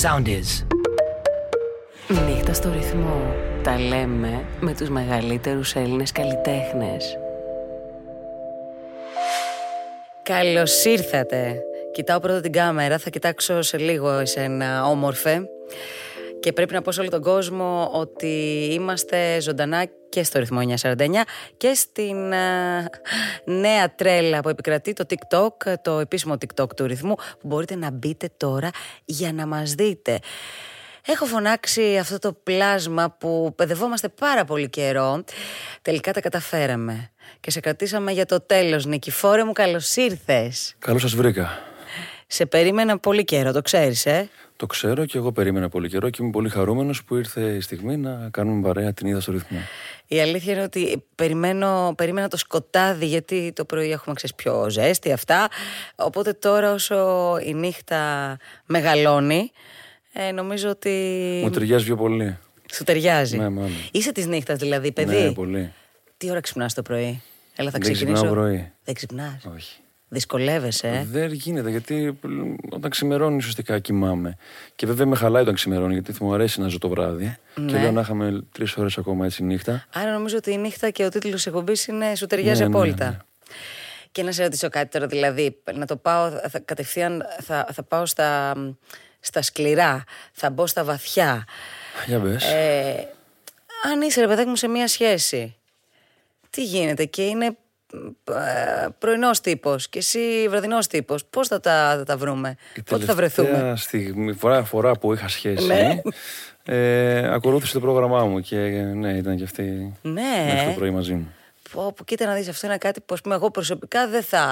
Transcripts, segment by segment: Sound is. Νύχτα στο ρυθμό. Τα λέμε με τους μεγαλύτερους Έλληνες καλλιτέχνες. Καλώς ήρθατε. Κοιτάω πρώτα την κάμερα, θα κοιτάξω σε λίγο εσένα όμορφε. Και πρέπει να πω σε όλο τον κόσμο ότι είμαστε ζωντανά και στο ρυθμό 949 και στην α, νέα τρέλα που επικρατεί το TikTok, το επίσημο TikTok του ρυθμού που μπορείτε να μπείτε τώρα για να μας δείτε. Έχω φωνάξει αυτό το πλάσμα που παιδευόμαστε πάρα πολύ καιρό. Τελικά τα καταφέραμε και σε κρατήσαμε για το τέλος. Νικηφόρε μου, καλώς ήρθες. Καλώς σας βρήκα. Σε περίμενα πολύ καιρό, το ξέρεις, ε. Το ξέρω και εγώ περίμενα πολύ καιρό και είμαι πολύ χαρούμενος που ήρθε η στιγμή να κάνουμε παρέα την είδα στο ρυθμό. Η αλήθεια είναι ότι περιμένω, περίμενα το σκοτάδι γιατί το πρωί έχουμε ξέρεις, πιο ζέστη αυτά. Οπότε τώρα όσο η νύχτα μεγαλώνει, ε, νομίζω ότι Μου ταιριάζει πιο πολύ. σου ταιριάζει. Ναι, μάλλον. Είσαι της νύχτας δηλαδή, παιδί. Ναι, πολύ. Τι ώρα ξυπνάς το πρωί. Έλα, θα Δεν ξυπνάω ξεκινήσω. πρωί. Δεν ξυπνάς. Όχι. Δυσκολεύεσαι. ε. Δεν γίνεται γιατί μ, όταν ξημερώνει ουσιαστικά κοιμάμαι. Και βέβαια με χαλάει όταν ξημερώνει γιατί μου αρέσει να ζω το βράδυ. Ναι. Και λέω να είχαμε τρεις ώρες ακόμα έτσι νύχτα. Άρα νομίζω ότι η νύχτα και ο τίτλος της εκπομπής είναι Σου ταιριάζει Ναι, ναι, απόλυτα. ναι. Και να σε ρωτήσω κάτι τώρα, δηλαδή, να το πάω θα, κατευθείαν, θα, θα πάω στα, στα σκληρά, θα μπω στα βαθιά. Για πες. Ε, αν είσαι, ρε παιδάκι μου, σε μία σχέση, τι γίνεται και είναι πρωινός τύπος και εσύ βραδινός τύπος, πώς θα τα, θα τα βρούμε, Η πότε θα τελευταία βρεθούμε. Στιγμή, φορά, φορά που είχα σχέση, Ναι. ε, ακολούθησε το πρόγραμμά μου και ε, ναι, ήταν και αυτή Ναι. μέχρι το πρωί μαζί μου. Πω, πω, κοίτα να δεις, αυτό είναι κάτι που ας πούμε, εγώ προσωπικά δεν θα,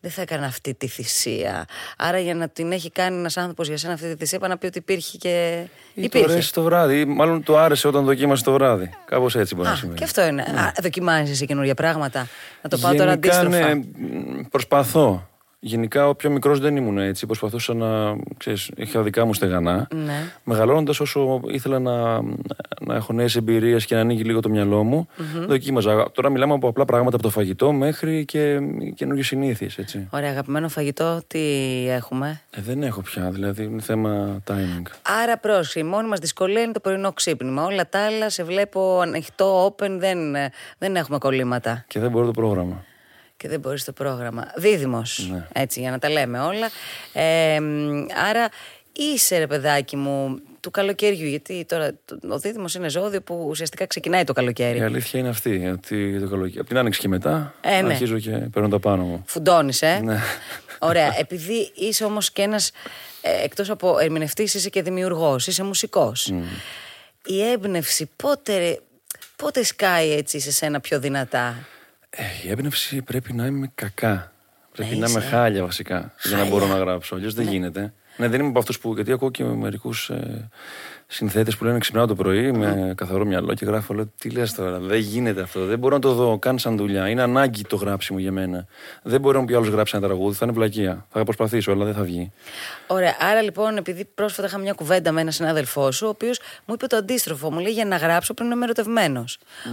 δεν θα έκανα αυτή τη θυσία. Άρα για να την έχει κάνει ένας άνθρωπος για σένα αυτή τη θυσία, είπα να πει ότι υπήρχε και Ή το υπήρχε. αρέσει το βράδυ, ή μάλλον το άρεσε όταν δοκίμασε το βράδυ. Κάπως έτσι μπορεί Α, να συμβαίνει. και αυτό είναι. Α, δοκιμάζεις εσύ καινούργια πράγματα. Να το πάω τώρα Ναι. Γενικά, αντίστροφα. ναι, μ, προσπαθώ. Γενικά, ο πιο μικρός δεν ήμουν έτσι. Προσπαθούσα να. Ξέρεις, είχα δικά μου στεγανά. Ναι. Μεγαλώνοντας όσο ήθελα να, να έχω νέες εμπειρίες και να ανοίγει λίγο το μυαλό μου, δοκίμαζα. Τώρα μιλάμε από απλά πράγματα από το φαγητό μέχρι και καινούργιες συνήθειες, έτσι. Ωραία, αγαπημένο φαγητό, τι έχουμε. Ε, δεν έχω πια, δηλαδή είναι θέμα timing. Άρα πρόσεχε, η μόνη μας δυσκολία είναι το πρωινό ξύπνημα. Όλα τα άλλα σε βλέπω ανοιχτό, open, δεν, δεν έχουμε κολλήματα. Και δεν μπορώ το πρόγραμμα. και δεν μπορείς το πρόγραμμα. Δίδυμος. Έτσι, για να τα λέμε όλα. Ε, μ, άρα είσαι ρε παιδάκι μου του καλοκαιριού, γιατί τώρα το- ο δίδυμος είναι ζώδιο που ουσιαστικά ξεκινάει το καλοκαίρι. Η αλήθεια είναι αυτή. Ότι το καλοκαίρι. Από την άνοιξη και μετά Ε, ναι. αρχίζω και παίρνω τα πάνω μου. Φουντώνεις, ε. Ναι. Ωραία. Επειδή είσαι όμως και ένας. Ε, Εκτός από ερμηνευτής, είσαι και δημιουργός, είσαι μουσικός. Η έμπνευση πότε, ρε, πότε σκάει έτσι σε σένα πιο δυνατά. Ε, η έμπνευση πρέπει να είμαι κακά. Πρέπει Ναι, να είμαι είσαι. χάλια βασικά για να μπορώ να γράψω. Αλλιώς δεν γίνεται. Ναι, δεν είμαι από αυτούς που. Γιατί ακούω και μερικούς ε, συνθέτες που λένε ξυπνάω το πρωί με καθαρό μυαλό και γράφω. Λέω τι λες τώρα, δεν γίνεται αυτό. Δεν μπορώ να το δω καν σαν δουλειά. Είναι ανάγκη το γράψιμο για μένα. Δεν μπορεί να πει άλλος γράψει ένα τραγούδι, θα είναι βλακεία. Θα προσπαθήσω, αλλά δεν θα βγει. Ωραία. Άρα λοιπόν, επειδή πρόσφατα είχα μια κουβέντα με έναν συνάδελφό σου, ο οποίος μου είπε το αντίστροφο. Μου λέει για να γράψω πρέπει να είμαι ερωτευμένος.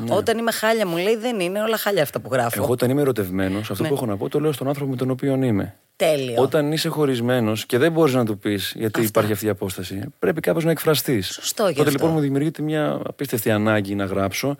Όταν είμαι χάλια, μου λέει δεν είναι όλα χάλια αυτά που γράφω. Ναι. Εγώ όταν είμαι ερωτευμένος, αυτό που έχω να πω το λέω στον άνθρωπο με τον οποίο είμαι. Τέλειο. Όταν είσαι χωρισμένος και δεν μπορείς να του πεις γιατί υπάρχει αυτή η απόσταση, πρέπει κάπως να εκφραστείς. Σωστό και Τότε αυτό. λοιπόν μου δημιουργείται μια απίστευτη ανάγκη να γράψω.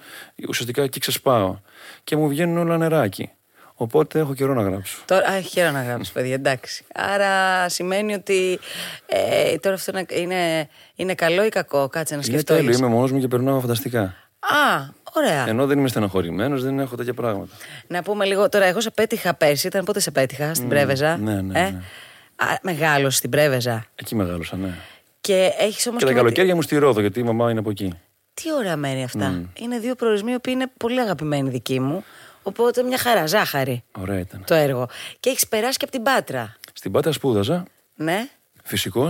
Ουσιαστικά εκεί ξεσπάω. Και μου βγαίνουν όλα νεράκι. Οπότε έχω καιρό να γράψω. Τώρα, α, χαίρομαι να γράψω, παιδιά, εντάξει. Άρα σημαίνει ότι ε, τώρα αυτό είναι, είναι, είναι καλό ή κακό, κάτσε να Είναι σκεφτώ. τέλειο, Ε, λες. είμαι μόνος μου και περνάω φανταστικά. Α, ωραία. Ενώ δεν είμαι στενοχωρημένος, δεν έχω τέτοια πράγματα. Να πούμε λίγο. Τώρα, εγώ σε πέτυχα πέρσι, ήταν πότε σε πέτυχα, στην Πρέβεζα. ναι, ναι, ε? ναι. Α, μεγάλος στην Πρέβεζα. Εκεί μεγάλωσα, ναι. Και έχεις όμως. Και τα καλοκαίρια μου στη Ρόδο, γιατί η μαμά είναι από εκεί. Τι ωραία μέρη αυτά. Είναι δύο προορισμοί που είναι πολύ αγαπημένοι δικοί μου. Οπότε μια χαρά, ζάχαρη Ωραία ήταν. το έργο. Και έχεις περάσει και από την Πάτρα. Στην Πάτα σπούδαζα, Ναι. Φυσικός.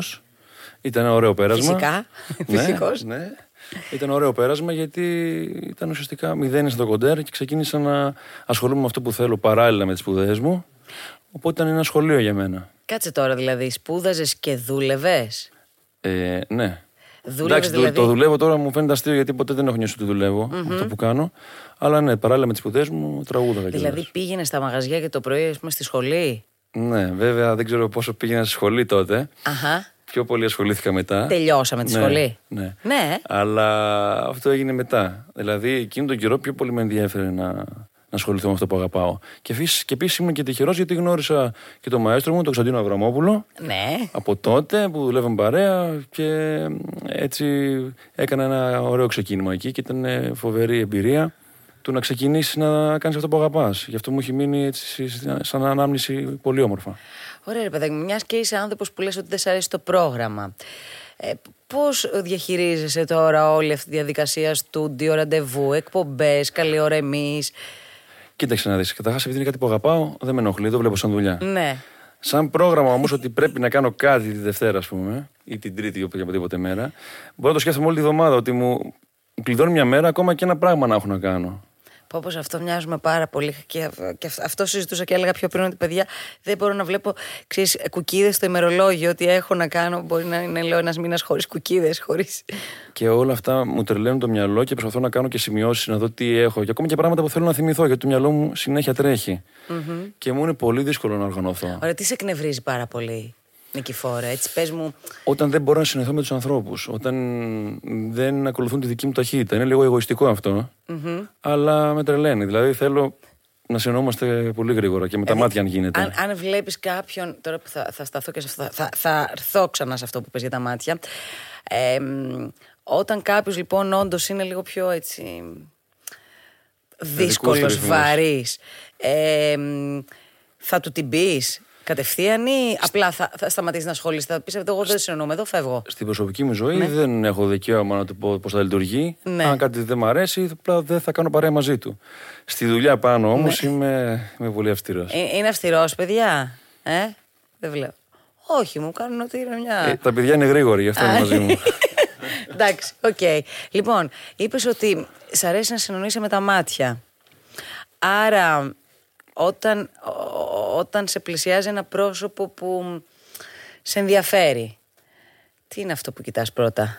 Ήταν ένα ωραίο πέρασμα. Φυσικά. Ναι, Φυσικός. Ναι. Ήταν ωραίο πέρασμα γιατί ήταν ουσιαστικά μηδένισα το κοντέρ και ξεκίνησα να ασχολούμαι με αυτό που θέλω παράλληλα με τις σπουδές μου. Οπότε ήταν ένα σχολείο για μένα. Κάτσε τώρα δηλαδή. Σπούδαζες και δούλευες. Ε, ναι. Δούλευες το- δηλαδή? το δουλεύω τώρα, μου φαίνεται αστείο γιατί ποτέ δεν έχω νιώσει ότι δουλεύω με αυτό που κάνω. Αλλά ναι, παράλληλα με τις σπουδές μου τραγούδαγα κιόλας. Δηλαδή πήγαινες στα μαγαζιά και το πρωί, ας πούμε, στη σχολή. Ναι, βέβαια δεν ξέρω πόσο πήγαινα στη σχολή τότε. Αχα. πιο πολύ ασχολήθηκα μετά. Τελειώσαμε τη Ναι, σχολή. Ναι. Ναι, ε. Αλλά αυτό έγινε μετά. Δηλαδή, εκείνο τον καιρό πιο πολύ με ενδιέφερε να, να ασχοληθώ με αυτό που αγαπάω. Και, φυσ- και επίσης ήμουν και τυχερός γιατί γνώρισα και τον μαέστρο μου, τον Κωνσταντίνο Αβραμόπουλο, Ναι. από τότε που δουλεύαμε παρέα και ε, έτσι έκανα ένα ωραίο ξεκίνημα εκεί και ήταν ε, φοβερή εμπειρία του να ξεκινήσεις να κάνεις αυτό που αγαπάς. Γι' αυτό μου έχει μείνει έτσι σ- σαν ανάμνηση πολύ όμορφα. Ωραία, ρε παιδάκι, μιας και είσαι άνθρωπος που λες ότι δεν σ' αρέσει το πρόγραμμα. Ε, Πώς διαχειρίζεσαι τώρα όλη αυτή τη διαδικασία στούντιο, ραντεβού, εκπομπές, καλή ώρα εμεί. Κοίταξε να δεις. Καταρχάς, επειδή είναι κάτι που αγαπάω, δεν με ενοχλεί, το βλέπω σαν δουλειά. Ναι. Σαν πρόγραμμα όμως ότι πρέπει να κάνω κάτι τη Δευτέρα, ας πούμε, ή την Τρίτη, ή οποιαδήποτε μέρα, μπορώ να το σκέφτομαι όλη τη βδομάδα ότι μου μου κλειδώνει μια μέρα ακόμα και ένα πράγμα να έχω να κάνω. Πω πως, σε αυτό μοιάζουμε πάρα πολύ. Και, και αυ- αυτό συζητούσα και έλεγα πιο πριν ότι παιδιά δεν μπορώ να βλέπω ξέρεις, κουκίδες στο ημερολόγιο. Ότι έχω να κάνω. Μπορεί να είναι, λέω, ένας μήνας χωρίς κουκίδες, χωρίς. Και όλα αυτά μου τρελαίνουν το μυαλό και προσπαθώ να κάνω και σημειώσεις, να δω τι έχω. Και ακόμα και πράγματα που θέλω να θυμηθώ, γιατί το μυαλό μου συνέχεια τρέχει. Και μου είναι πολύ δύσκολο να οργανωθώ. Ωραία, τι σε εκνευρίζει πάρα πολύ, Νικηφόρα. Έτσι, πες μου. Όταν δεν μπορώ να συνεχθώ με τους ανθρώπους, όταν δεν ακολουθούν τη δική μου ταχύτητα. Είναι λίγο εγωιστικό αυτό, αλλά με τρελαίνει. Δηλαδή θέλω να συνεννοούμαστε πολύ γρήγορα και με τα μάτια, αν γίνεται. Ε, Αν, αν βλέπεις κάποιον. Τώρα που θα, θα σταθώ και σε αυτό. θα- Θα, θα έρθω ξανά σε αυτό που πες για τα μάτια. Ε, μ, όταν κάποιος λοιπόν όντως είναι λίγο πιο έτσι. δύσκολο, ρυθμούς. βαρύ. Ε, μ, θα του την πεις κατευθείαν ή απλά θα, θα σταματήσεις να ασχολείσαι. Θα πεις: Εγώ δεν συνεννοούμε, εδώ φεύγω. Στην προσωπική μου ζωή δεν έχω δικαίωμα να του πω πώς θα λειτουργεί. Ναι. Αν κάτι δεν μ' αρέσει, απλά δεν θα κάνω παρέα μαζί του. Στη δουλειά πάνω όμως Ναι. είμαι, είμαι πολύ αυστηρός. Ε, είναι αυστηρός, παιδιά. Ε, δεν βλέπω. Όχι, μου κάνουν ότι είναι μια. Ε, τα παιδιά είναι γρήγοροι, γι' αυτό είναι μαζί μου. Εντάξει, οκ. Λοιπόν, είπες ότι σ' αρέσει να συνονίσαι με τα μάτια. Άρα, όταν, ό- όταν σε πλησιάζει ένα πρόσωπο που σε ενδιαφέρει, τι είναι αυτό που κοιτάς πρώτα.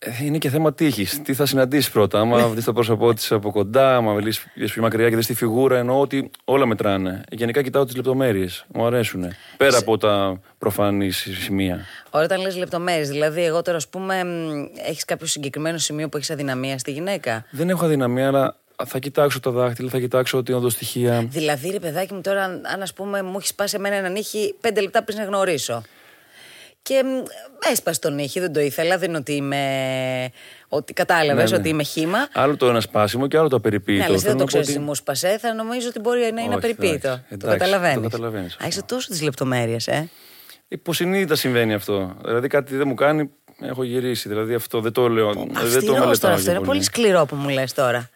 Ε, Είναι και θέμα τύχης. Τι θα συναντήσεις πρώτα. Ναι. Άμα δεις το πρόσωπό της από κοντά, άμα μιλήσεις πιο μακριά και δεις τη φιγούρα, εννοώ ότι όλα μετράνε. Γενικά κοιτάω τις λεπτομέρειες. Μου αρέσουν. Πέρα από τα προφανή σημεία. Ωραία, όταν λες λεπτομέρειες, δηλαδή εγώ τώρα ας πούμε μ, έχεις κάποιο συγκεκριμένο σημείο που έχεις αδυναμία στη γυναίκα. Δεν έχω αδυναμία, αλλά θα κοιτάξω τα δάχτυλα, θα κοιτάξω την οδοστοιχεία. Δηλαδή, ρε παιδάκι μου, τώρα, αν αν, ας πούμε μου έχεις σπάσει εμένα έναν νύχι πέντε λεπτά πριν να γνωρίσω. Και μ, έσπασε τον νύχι, δεν το ήθελα, δεν είναι ότι είμαι. Ότι κατάλαβες Ναι, ναι. ότι είμαι χήμα. Άλλο το ένα σπάσιμο και άλλο το απεριποίητο. Ναι, αλλά εσύ Θέλω δεν το να πω ξέρεις τι μου σπασέ, θα νομίζω ότι μπορεί να είναι Όχι, απεριποίητο. εντάξει, Το εντάξει, καταλαβαίνει. το καταλαβαίνεις Α, αυτό. είσαι τόσο τις λεπτομέρειες, ε. Υποσυνείδητα συμβαίνει αυτό. Δηλαδή κάτι δεν μου κάνει, έχω γυρίσει. Δηλαδή αυτό δεν το λέω. δεν το Αυστηρός τώρα μελετάω. αυτό. και Είναι πολύ σκληρό που μου λες τώρα.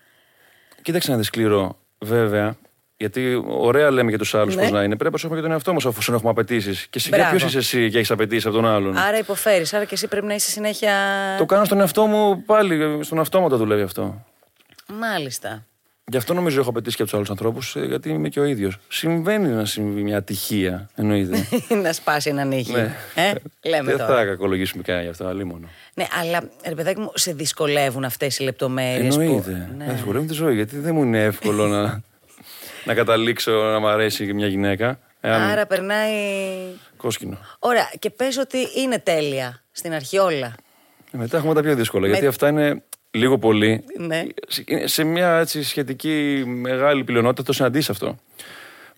Κοίταξε να δεις σκληρό, βέβαια. Γιατί ωραία λέμε για τους άλλους Ναι. πώς να είναι. Πρέπει να προσέχουμε και τον εαυτό μας αφού έχουμε απαιτήσεις. Και σιγά Μπράβο. ποιος είσαι εσύ και έχεις απαιτήσεις από τον άλλον. Άρα υποφέρεις, άρα και εσύ πρέπει να είσαι συνέχεια. Ναι. Το κάνω στον εαυτό μου πάλι, στον αυτόματα δουλεύει αυτό. Μάλιστα. Γι' αυτό νομίζω έχω απαιτήσει και από τους άλλους ανθρώπους, ε, γιατί είμαι και ο ίδιος. Συμβαίνει να συμβεί μια ατυχία, εννοείται. να σπάσει ένα νύχι. Ναι. Ε, λέμε Δεν τώρα. θα κακολογήσουμε κανένα γι' αυτό, αλίμονο. Ναι, αλλά ρε παιδάκι μου, σε δυσκολεύουν αυτές οι λεπτομέρειες. Εννοείται. Ε, Που... Να δυσκολεύουν τη ζωή, γιατί δεν μου είναι εύκολο να, να καταλήξω να μ' αρέσει και μια γυναίκα. Εάν Άρα περνάει. κόσκινο. Ωραία, και πες ότι είναι τέλεια στην αρχή όλα. Ε, Μετά έχουμε τα πιο δύσκολα, γιατί αυτά είναι λίγο πολύ. Ναι. Είναι Σε μια έτσι, σχετική μεγάλη πλειονότητα το συναντήσει αυτό.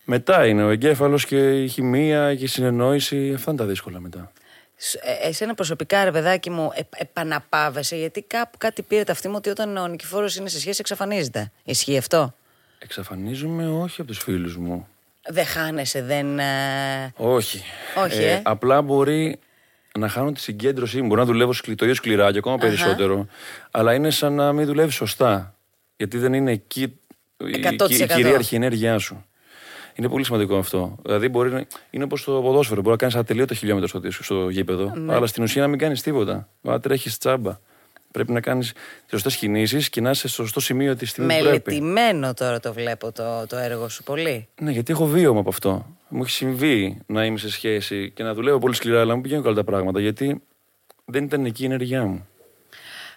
Μετά είναι ο εγκέφαλος και η χημεία και η συνεννόηση. Αυτά είναι τα δύσκολα μετά. Σ- ε, Εσένα προσωπικά, ρε παιδάκι μου, ε, επαναπάβεσαι, γιατί κάπου κάτι πήρε ταυτή μου ότι όταν ο νικηφόρος είναι σε σχέση εξαφανίζεται. Ισχύει αυτό. Εξαφανίζομαι όχι από τους φίλους μου. Δεν χάνεσαι, δεν. ε, Όχι. Όχι, ε. Απλά μπορεί να χάνω τη συγκέντρωσή μου. Μπορεί να δουλεύω σκλη- το ίδιο σκληρά και ακόμα περισσότερο. Αλλά είναι σαν να μην δουλεύεις σωστά. Γιατί δεν είναι εκεί η- η, 100%. η κυρίαρχη ενέργειά σου. Είναι πολύ σημαντικό αυτό. Δηλαδή, μπορεί να... είναι όπως το ποδόσφαιρο. Μπορεί να κάνεις ατελείωτα χιλιόμετρα στο, δίσκο- στο γήπεδο, Ναι. αλλά στην ουσία να μην κάνεις τίποτα. Να τρέχεις τσάμπα. Πρέπει να κάνεις τι σωστές κινήσεις και να είσαι στο σωστό σημείο της στιγμή που πρέπει. Μελετημένο τώρα το βλέπω το, το έργο σου πολύ. Ναι, γιατί έχω βίωμα από αυτό. Μου έχει συμβεί να είμαι σε σχέση και να δουλεύω πολύ σκληρά, αλλά μου πηγαίνουν καλά τα πράγματα. Γιατί δεν ήταν εκεί η ενέργειά μου.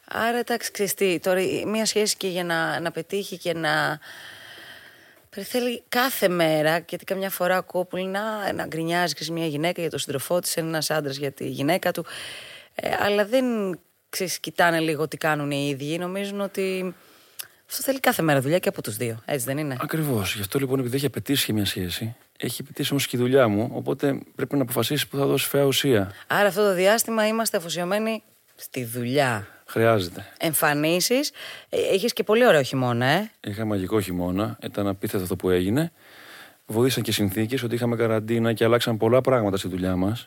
Άρα εντάξει, ξέρεις τι, τώρα η- μία σχέση και για να, να πετύχει και να. Θέλει κάθε μέρα, γιατί καμιά φορά ακούω που να, να γκρινιάζει ξέρεις, μια γυναίκα για τον σύντροφό της, ένας άντρας για τη γυναίκα του. Ε, αλλά δεν ξέρεις, κοιτάνε λίγο τι κάνουν οι ίδιοι. Νομίζουν ότι αυτό θέλει κάθε μέρα δουλειά και από τους δύο. Έτσι δεν είναι. Ακριβώς. Γι' αυτό λοιπόν, επειδή έχει απαιτήσει και μια σχέση, έχει απαιτήσει όμως και η δουλειά μου. Οπότε πρέπει να αποφασίσει που θα δώσει φαία ουσία. Άρα αυτό το διάστημα είμαστε αφοσιωμένοι στη δουλειά. Χρειάζεται. Εμφανίσεις. Είχε και πολύ ωραίο χειμώνα, ε. Είχα μαγικό χειμώνα. Ήταν απίθετο αυτό που έγινε. Βοήθησαν και συνθήκες ότι είχαμε καραντίνα και αλλάξαν πολλά πράγματα στη δουλειά μας.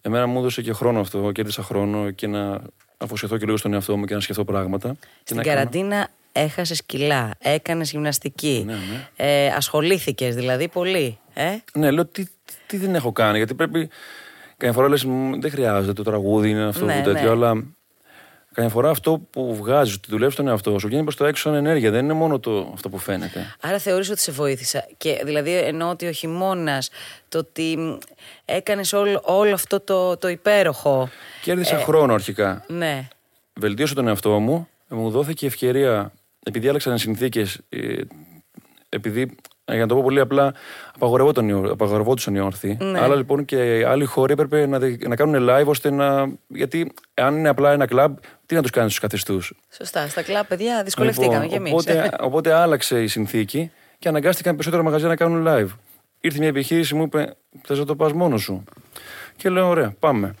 Εμένα μου έδωσε και χρόνο αυτό. Κέρδισα χρόνο και να αφοσιωθώ και λίγο στον εαυτό μου και να σκεφτώ πράγματα. Στην και να κάνω- καραντίνα έχασες κιλά, έκανες γυμναστική. Ναι, ναι. Ε, Ασχολήθηκες δηλαδή πολύ. Ε. Ναι, λέω τι, τι, τι δεν έχω κάνει, γιατί πρέπει. Καμιά φορά λες, «Μ, δεν χρειάζεται το τραγούδι, είναι αυτό Ναι, που τέτοιο, ναι. αλλά. Καμιά φορά αυτό που βγάζει, ότι δουλεύει τον εαυτό σου, βγαίνει προς τα έξω σαν ενέργεια. Δεν είναι μόνο το, αυτό που φαίνεται. Άρα θεωρείς ότι σε βοήθησα. Και δηλαδή εννοώ ότι ο χειμώνας, το ότι μ, έκανες όλο, όλο αυτό το, το υπέροχο. Ε, Κέρδισα χρόνο αρχικά. Ναι. βελτίωσα τον εαυτό μου, μου δόθηκε η ευκαιρία, επειδή άλλαξαν συνθήκε, επειδή, ε, για να το πω πολύ απλά, απαγορευόταν, οι ορ- απαγορευόντουσαν οι όρθιοι. Ναι. Άρα λοιπόν και άλλοι χώροι έπρεπε να, δε- να κάνουν live ώστε να. Γιατί αν είναι απλά ένα κλαμπ, τι να τους κάνεις στους καθιστούς. Σωστά. Στα κλαμπ, παιδιά, δυσκολευτήκαμε κι ε. εμεί. Λοιπόν, οπότε, οπότε άλλαξε η συνθήκη και αναγκάστηκαν περισσότερα μαγαζιά να κάνουν live. Ήρθε μια επιχείρηση, μου είπε: Θες να το πας μόνος σου. Και λέω: Ωραία, πάμε.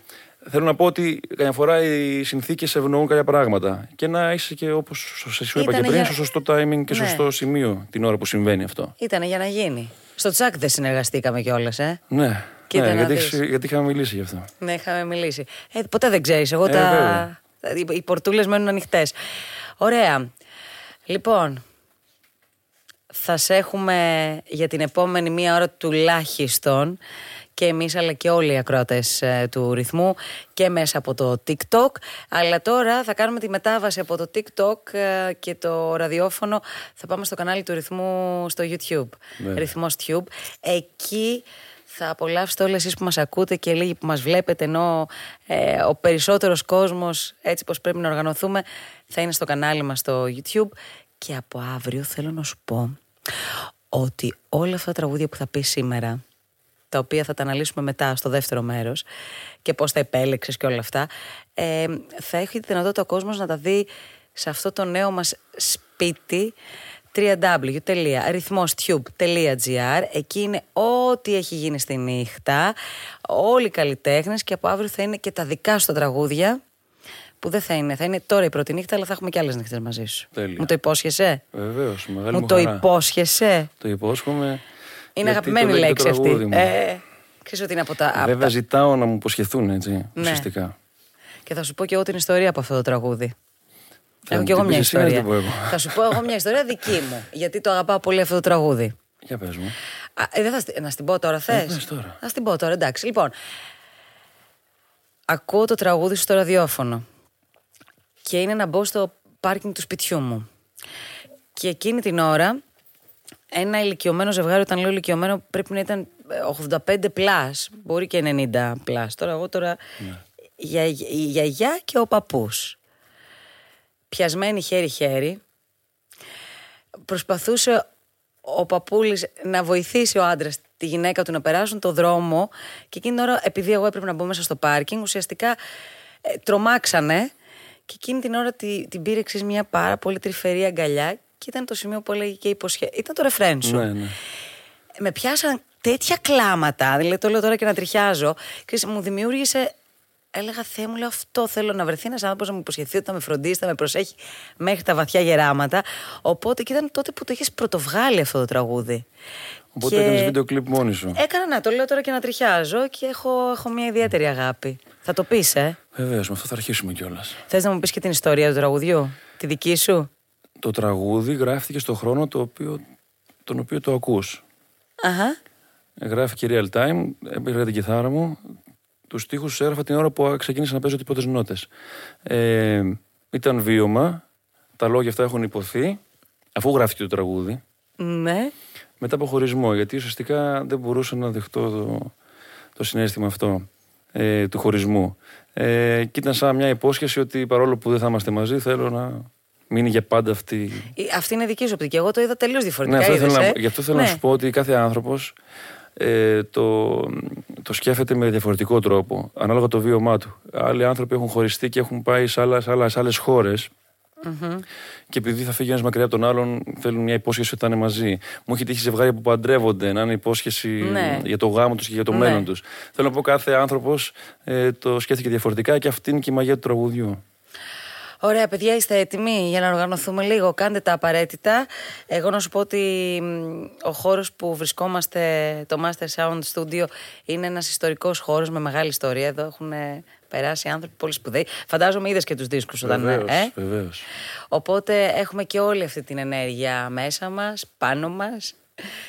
Θέλω να πω ότι καμιά φορά οι συνθήκες ευνοούν κάποια πράγματα. Και να είσαι και όπως σου είπα και Ήτανε πριν, για- στο σωστό timing Ναι. και σωστό σημείο την ώρα που συμβαίνει αυτό. Ήταν για να γίνει. Στο τσάκ δεν συνεργαστήκαμε κιόλας, ε. Ναι, Κοίτα ναι να γιατί, δεις. έχεις- γιατί είχαμε μιλήσει γι' αυτό. Ναι, είχαμε μιλήσει. Ε, ποτέ δεν ξέρεις. Εγώ Ε, τα. βέβαια. τα- Οι πορτούλες μένουν ανοιχτές. Ωραία. Λοιπόν, θα σε έχουμε για την επόμενη μία ώρα τουλάχιστον και εμείς αλλά και όλοι οι ακροατές ε, του ρυθμού και μέσα από το TikTok αλλά τώρα θα κάνουμε τη μετάβαση από το TikTok ε, και το ραδιόφωνο θα πάμε στο κανάλι του ρυθμού στο YouTube Βέβαια. ρυθμός Tube εκεί θα απολαύσετε όλοι εσείς που μας ακούτε και λίγοι που μας βλέπετε ενώ ε, ο περισσότερος κόσμος έτσι πως πρέπει να οργανωθούμε θα είναι στο κανάλι μας στο YouTube και από αύριο θέλω να σου πω ότι όλα αυτά τα τραγούδια που θα πεις σήμερα, τα οποία θα τα αναλύσουμε μετά στο δεύτερο μέρος και πώς τα επέλεξες και όλα αυτά, ε, θα έχει τη δυνατότητα ο κόσμος να τα δει σε αυτό το νέο μας σπίτι www.rhythmostube.gr Εκεί είναι ό,τι έχει γίνει στη νύχτα, όλοι οι καλλιτέχνες και από αύριο θα είναι και τα δικά σου τα τραγούδια που δεν θα είναι. Θα είναι τώρα η πρώτη νύχτα, αλλά θα έχουμε και άλλες νύχτες μαζί σου. Τέλεια. Μου το υπόσχεσαι. Βεβαίως, μεγάλη μου, Μου το χαρά. υπόσχεσαι. Το υπόσχομαι. Είναι γιατί αγαπημένη το λέει και λέξη το αυτή. τραγούδι μου. Ε, ξέρεις ότι είναι από τα. από Βέβαια, τα- ζητάω να μου υποσχεθούν έτσι, Ναι. ουσιαστικά. Και θα σου πω και εγώ την ιστορία από αυτό το τραγούδι. Θα Έχω μου και εγώ την μια πεις εσύ, να την ιστορία. πω εγώ. Θα σου πω εγώ μια ιστορία δική μου. Γιατί το αγαπάω πολύ αυτό το τραγούδι. Για πες μου. Α, ε, δεν θα, στη- να στην πω τώρα, θε. Ε, πες τώρα. Να στην πω τώρα, εντάξει. Λοιπόν, ακούω το τραγούδι στο ραδιόφωνο και είναι να μπω στο πάρκινγκ του σπιτιού μου. Και εκείνη την ώρα, ένα ηλικιωμένο ζευγάρι, όταν λέω ηλικιωμένο, πρέπει να ήταν ε, 85 πλάς, μπορεί και 90 πλάς. Τώρα, εγώ τώρα, Ναι. για, η γιαγιά και ο παππούς. Πιασμένοι χέρι-χέρι, προσπαθούσε ο παππούλης να βοηθήσει ο άντρας τη γυναίκα του να περάσουν το δρόμο και εκείνη την ώρα επειδή εγώ έπρεπε να μπω μέσα στο πάρκινγκ ουσιαστικά ε, τρομάξανε και εκείνη την ώρα τη, την πήρε εξής μια πάρα πολύ τρυφερή αγκαλιά και ήταν το σημείο που έλεγε και υποσχέ... ήταν το ρεφρέν σου Ναι, ναι. με πιάσαν τέτοια κλάματα, δηλαδή το λέω τώρα και να τριχιάζω, ξέρεις, μου δημιούργησε, έλεγα Θεέ μου, λέω αυτό θέλω να βρεθεί ένας άνθρωπος να μου υποσχεθεί ότι θα με φροντίσει, θα με προσέχει μέχρι τα βαθιά γεράματα. Οπότε και ήταν τότε που το έχεις πρωτοβγάλει αυτό το τραγούδι. Οπότε Και Ε- έκανες βίντεο κλιπ μόνη σου. Έκανα, να το λέω τώρα και να τριχιάζω και έχω, έχω μια ιδιαίτερη αγάπη. Θα το πεις, ε. Βεβαίως, με αυτό θα αρχίσουμε κιόλας. Θες να μου πεις και την ιστορία του τραγουδιού, τη δική σου. Το τραγούδι γράφτηκε στο χρόνο το οποίο, τον οποίο το ακούς. Αχα. Γράφηκε real time, έπαιξα την κιθάρα μου. Τους στίχους τους έγραφα την ώρα που ξεκίνησα να παίζω τι πρώτε νότες. Ε, ήταν βίωμα. Τα λόγια αυτά έχουν υποθεί. Αφού γράφτηκε το τραγούδι, Ναι. μετά από χωρισμό, γιατί ουσιαστικά δεν μπορούσα να δεχτώ το, το συνέστημα αυτό ε, του χωρισμού. Ε, και ήταν σαν μια υπόσχεση ότι παρόλο που δεν θα είμαστε μαζί, θέλω να μείνει για πάντα αυτή. Ε, Αυτή είναι δική σου οπτική. Εγώ το είδα τελείως Ναι, διαφορετικά. αυτό ήθελα, είδες, να- ε. γι' αυτό θέλω να Ναι. σου πω ότι κάθε άνθρωπος ε, το, το σκέφτεται με διαφορετικό τρόπο, ανάλογα το βίωμά του. Άλλοι άνθρωποι έχουν χωριστεί και έχουν πάει σε, άλλα, σε, άλλα, σε άλλες χώρες Και επειδή θα φύγει ένας μακριά από τον άλλον, θέλουν μια υπόσχεση ότι θα είναι μαζί. Μου έχει τύχει ζευγάρια που παντρεύονται να είναι υπόσχεση Ναι. για το γάμο τους και για το Ναι. μέλλον τους. Θέλω να πω, κάθε άνθρωπος ε, το σκέφτηκε διαφορετικά και αυτή είναι και η μαγεία του τραγουδιού. Ωραία, παιδιά, είστε έτοιμοι για να οργανωθούμε λίγο. Κάντε τα απαραίτητα. Εγώ να σου πω ότι μ, ο χώρος που βρισκόμαστε, το Master Sound Studio, είναι ένας ιστορικός χώρος με μεγάλη ιστορία. Εδώ έχουν ε, περάσει άνθρωποι πολύ σπουδαίοι. Φαντάζομαι είδες και τους δίσκους όταν. ε, ε. βεβαίως. Οπότε έχουμε και όλη αυτή την ενέργεια μέσα μας, πάνω μας,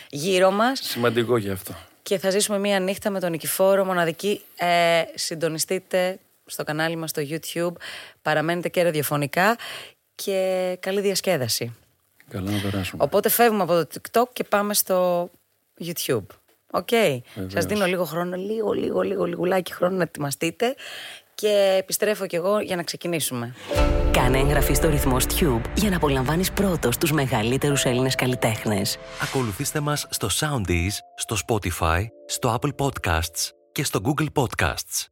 γύρω μας. Σημαντικό γι' αυτό. Και θα ζήσουμε μία νύχτα με τον Νικηφόρο Μοναδική. Ε, συντονιστείτε στο κανάλι μας στο YouTube. Παραμένετε και ραδιοφωνικά. Και καλή διασκέδαση. Καλά να περάσουμε. Οπότε φεύγουμε από το TikTok και πάμε στο YouTube. Οκ. Σας δίνω λίγο χρόνο, λίγο, λίγο, λίγο, λιγουλάκι χρόνο να ετοιμαστείτε. Και επιστρέφω κι εγώ για να ξεκινήσουμε. Κάνε εγγραφή στο ρυθμό Tube για να απολαμβάνεις πρώτος τους μεγαλύτερους Έλληνες καλλιτέχνες. Ακολουθήστε μας στο Soundees, στο Spotify, στο Apple Podcasts και στο Google Podcasts.